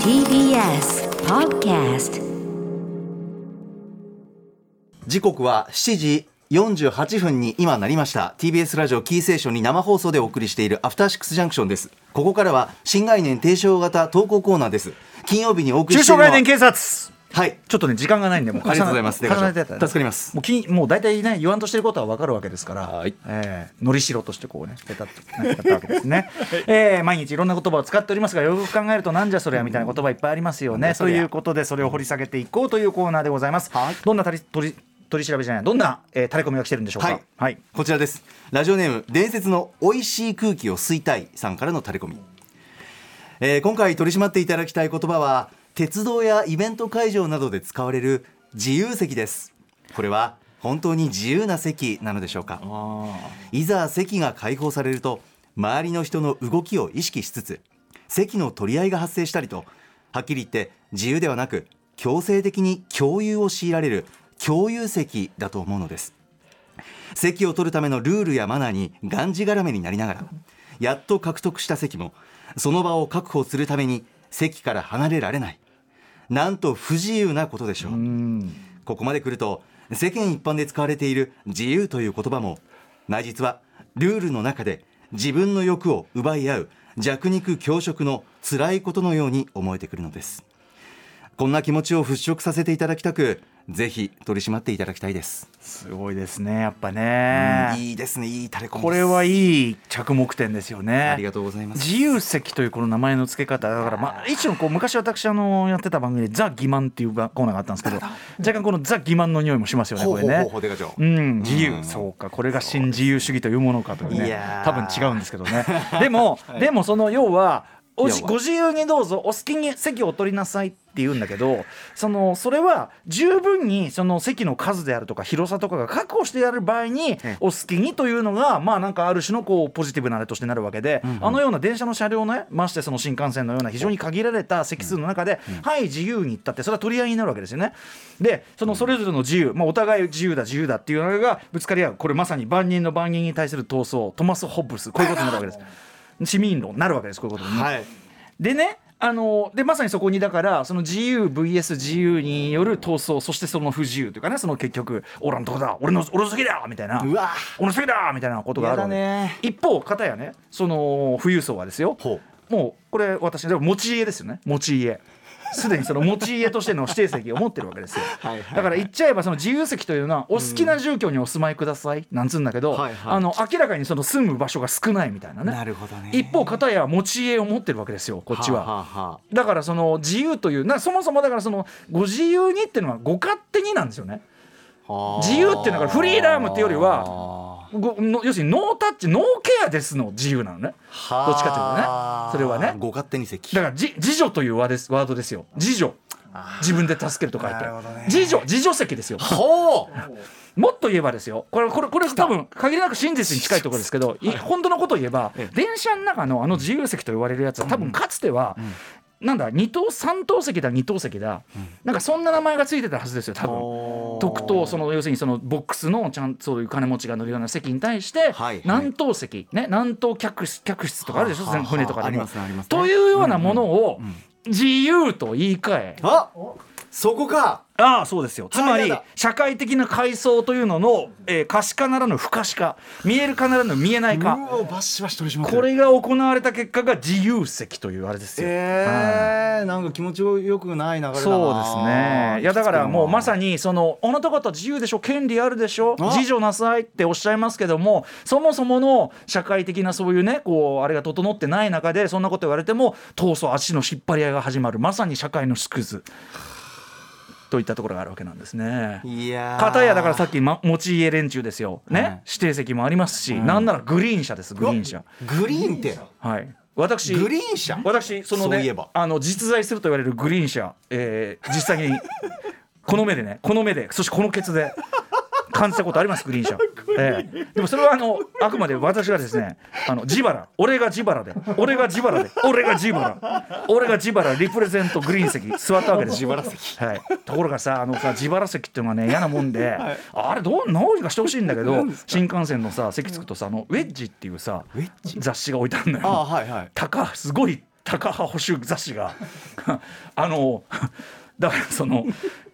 TBS Podcast 時刻は7時48分に今なりました TBS ラジオキーセーションに生放送でお送りしているアフターシックスジャンクションですここからは新概念提唱型投稿コーナーです金曜日にお送り中してい小るのは概念警察はいちょっとね時間がないんでもう重なありがとうございます重なりたいと思助かりますもうきもう大体ね言わんとしてることはわかるわけですから、はいえーのりしろとしてこうねペタッとねやったわけです ね、えー毎日いろんな言葉を使っておりますがよく考えるとなんじゃそりゃみたいな言葉いっぱいありますよねということでそれを掘り下げていこうというコーナーでございます、はいどんな取り取り取り調べじゃないどんな、えー、タレコミが来てるんでしょうかはいはいこちらですラジオネーム伝説の美味しい空気を吸いたいさんからのタレコミ、えー今回取り締まっていただきたい言葉は鉄道やイベント会場などで使われる自由席ですこれは本当に自由な席なのでしょうかいざ席が開放されると周りの人の動きを意識しつつ席の取り合いが発生したりとはっきり言って自由ではなく強制的に共有を強いられる共有席だと思うのです席を取るためのルールやマナーにがんじがらめになりながらやっと獲得した席もその場を確保するために席から離れられないなんと不自由なことでしょうここまで来ると世間一般で使われている自由という言葉も内実はルールの中で自分の欲を奪い合う弱肉強食の辛いことのように思えてくるのですこんな気持ちを払拭させていただきたくぜひ取り締まっていただきたいです、すごいですねやっぱね、いいですねいいタレコミですこれはいい着目点ですよねありがとうございます自由席というこの名前の付け方だからまあ一応こう昔私あのやってた番組で「ザ・欺瞞」っていうばコーナーがあったんですけど若干この「ザ・欺瞞」の匂いもしますよねほこうれほうほうほねう。でかちょううん、自由、そうかこれが新自由主義というものかといういねやー多分違うんですけどね でも、でもその要はおじ要はご自由にどうぞお好きに席をお取りなさいって言うんだけどそのそれは十分にその席の数であるとか広さとかが確保してやる場合にええお好きにというのがまあなんかある種のこうポジティブなあれとしてなるわけで、あのような電車の車両ねましてその新幹線のような非常に限られた席数の中で、はい自由に行ったってそれは取り合いになるわけですよね。でそのそれぞれの自由、まあ、お互い自由だ自由だっていうのがぶつかり合うこれまさに万人の万人に対する闘争トマス・ホッブスこういうことになるわけです。市民論になるわけですこういうことにね、はいでねあのでまさにそこにだからその自由 VS 自由による闘争そしてその不自由というかねその結局「俺のとこだ俺の俺の席だ!」みたいなうわ俺の席だ!」みたいなことがあるわけやだね一方片やねその富裕層はですよほもうこれ私でも持ち家ですよね持ち家すでにその持ち家としての指定席を持ってるわけですよ はいはいだから言っちゃえばその自由席というのはお好きな住居にお住まいください、なんつうんだけど、はいはいあの明らかにその住む場所が少ないみたいなねなるほどね一方片や持ち家を持ってるわけですよこっちは。ああはだからその自由というなそもそもだからそのご自由にっていうのはご勝手になんですよねあはあ自由っていうのがフリーダムっていうよりははごの要するにノータッチノーケアですの自由なのねあどっちかというとねそれはねご勝手に席だからじ自助というワーですワードですよ自助自分で助けると書いてなるほどね自助自助席ですよほうもっと言えばですよこれこれこれ多分限りなく真実に近いところですけど、い本当のことを言えば、ええ電車の中のあの自由席と言われるやつは多分かつては、なんだ二等三等席だ二等席だ、なんかそんな名前がついてたはずですよ多分。特等その要するにそのボックスのちゃんそういう金持ちが乗るような席に対してはい何等席ね何等客室客室とかあるでしょはあはあ船とかあでりもま。すねありますねというようなものを自由と言い換えあそこかああそうですよつまありやだ社会的な階層というのの、えー可視化ならぬ不可視化見える化ならぬ見えないう化わバシバシ取り締まってこるれが行われた結果が自由席というあれですよ。えー、なんか気持ちよくない流れだなそうですねいやだからもうまさにそのあなた方自由でしょ権利あるでしょあ自助なさいっておっしゃいますけどもそもそもの社会的なそういうねこうあれが整ってない中でそんなこと言われても闘争足の引っ張り合いが始まるまさに社会の縮図といったところがあるわけなんですね。いやー片やだからさっき、ま、持ち家連中ですよ、ねはい指定席もありますし、なんならグリーン車ですグリーン車グリーンってはい私グリーン車私そのねそういえばあの実在すると言われるグリーン車、えー実際に この目でねこの目でそしてこのケツで感じたことありますグリーン 車、ええでもそれはあのあくまで私がですねあの自腹俺が自腹で俺が自腹で俺が自腹俺が自腹リプレゼントグリーン席座ったわけです自腹席はい、ところがさあのさ自腹席っていうのがね嫌なもんで、あれどうどうにかしてほしいんだけど新幹線のさ席つくとさあのウェッジっていうさウェッジ雑誌が置いてあるのよあはいはい高すごい高派保守雑誌が あの だからその。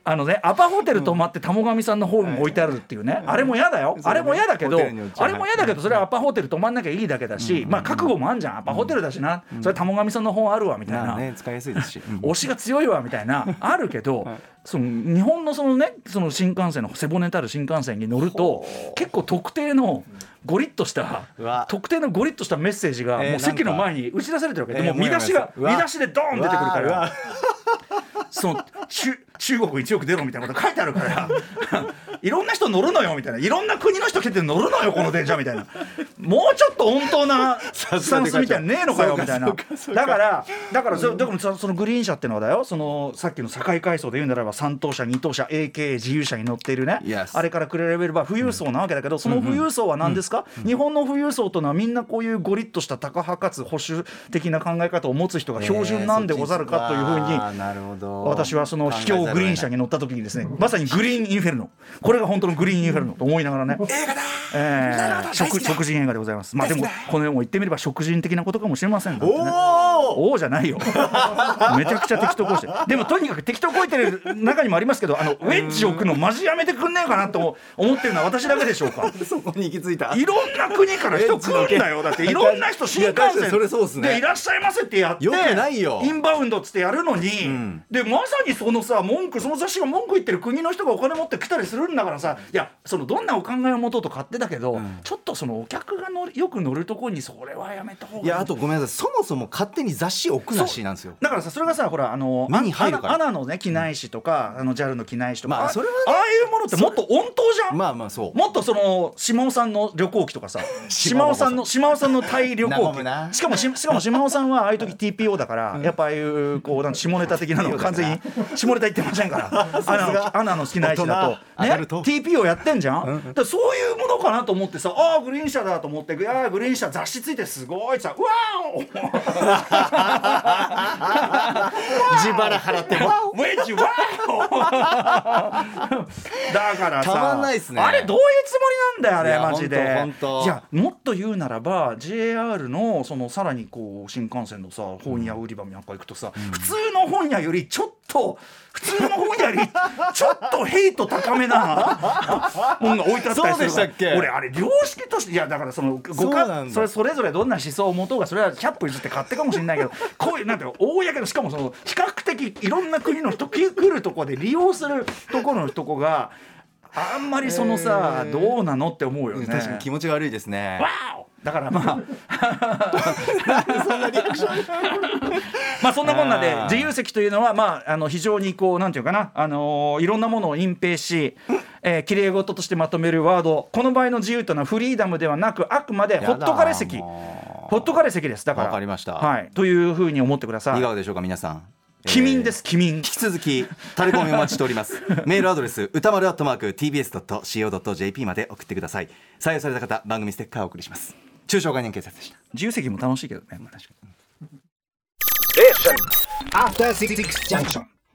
あのね、アパホテル泊まって田母神さんのホーム置いてあるっていうね、あれも嫌だよ、そあうねれも嫌だけどホテルによっちゃあれも嫌だけどそれはアパホテル泊まんなきゃいいだけだし、まあ覚悟もあんじゃんアパホテルだしな、それ田母神さんの本あるわみたいまな、あね使いやすいですし、うん推しが強いわみた いなあるけど、その日本のそのねその新幹線の背骨たる新幹線に乗ると結構特定のゴリッとしたうわ特定のゴリッとしたメッセージがえーもう席のなんか前に打ち出されてるわけで、えーもう見出しがもやもや見出しでドーン出てくるうわかうわら。その中中国1億出ろみたいなこと書いてあるから いろんな人乗るのよみたいないろんな国の人来て乗るのよこの電車みたいなもうちょっと穏当なスタンスみたいなのねえのかよみたいなそうかそうかそうかだからだからそだからそそのグリーン車ってのはだよそのさっきの境階層で言うならば3等車2等車 AK 自由車に乗っているね Yes あれから比べれば富裕層なわけだけどその富裕層は何ですか日本の富裕層というのはみんなこういうゴリッとした高派かつ保守的な考え方を持つ人が標準なんでござるかというふうにあーなるほど私はその秘境グリーン車に乗った時にですねまさにグリーンインフェルノこれが本当のグリーンインフェルノと思いながらね映画だ、えー、食食人映画でございますまあでもこの世も言ってみれば食人的なことかもしれませんだってねおおおおじゃないよめちゃくちゃ適当こいてるでもとにかく適当こいてる中にもありますけどあのウェッジ置くのマジやめてくんねえかなと思ってるのは私だけでしょうかそこに行き着いたいろんな国から人来るんだよだっていろんな人新幹いや確かにそれそうっす線ねでいらっしゃいませってやってよくないよインバウンドっつってやるのに、んでまさにそのさ文句その雑誌が文句言ってる国の人がお金持って来たりするんだからさいやそのどんなお考えを持とうと勝手だけど、ちょっとそのお客が乗るよく乗るところにそれはやめた方がいいいやあとごめんなさいそもそも勝手に雑誌置くなしなんですよだからさそれがさほらあの目に入るアかナらアナのね機内誌とか、あの JAL の機内誌とか、まあそれはねああいうものってもっと温当じゃん、まあまあそうもっとその島尾さんの旅行記とか さ島島尾尾ささんんの島尾さんのタイ旅行生むな記しかもししかも島尾さんはああいう時 TPO だから、やっぱああいうこうなんか下ネタ的なのを完全に下ネタ言ってませんから アナのアナの好きな人だと,、大人ねアダル、ト TPO やってんじゃん、だからそういうものかなと思ってさああグリーン車だと思っていやーグリーン車雑誌ついてすごいさうわーお自腹払ってもウェッジワーだからさたまんないっすねあれどういうつもりなんだよいあやれマジでほんとほんといやもっと言うならば JR のそのさらにこう新幹線のさ本屋売り場なんか行くとさ、普通の本屋よりちょっと普通の本屋より ちょっとヘイト高めなもんが置いてあったりするからそうでしたっけ俺あれ良識としていやだからそのごそうなかんだそれそれぞれどんな思想を持とうがそれは100歩譲って買ってかもしれないけど こういうなんていうの公のしかもその比較的いろんな国の人来るとこで利用するところのとこがあんまりそのさ、えーどうなのって思うようね。ん確かに気持ちが悪いですねわおだからまあ まあそんなこんなであー自由席というのはまああの非常にこうなんていうかなあのーいろんなものを隠蔽し。えー、綺麗事としてまとめるワードこの場合の自由というのはフリーダムではなくあくまでホットカレー席やだホもうットカレー席ですだからわかりましたはい、というふうに思ってくださいいかがでしょうか皆さん機民ですす機民引き続きタレコミお待ちしておりますメールアドレス歌丸アットマーク tbs.co.jp まで送ってください採用された方番組ステッカーをお送りします中小概念警察でした自由席も楽しいけどね After Six Junction.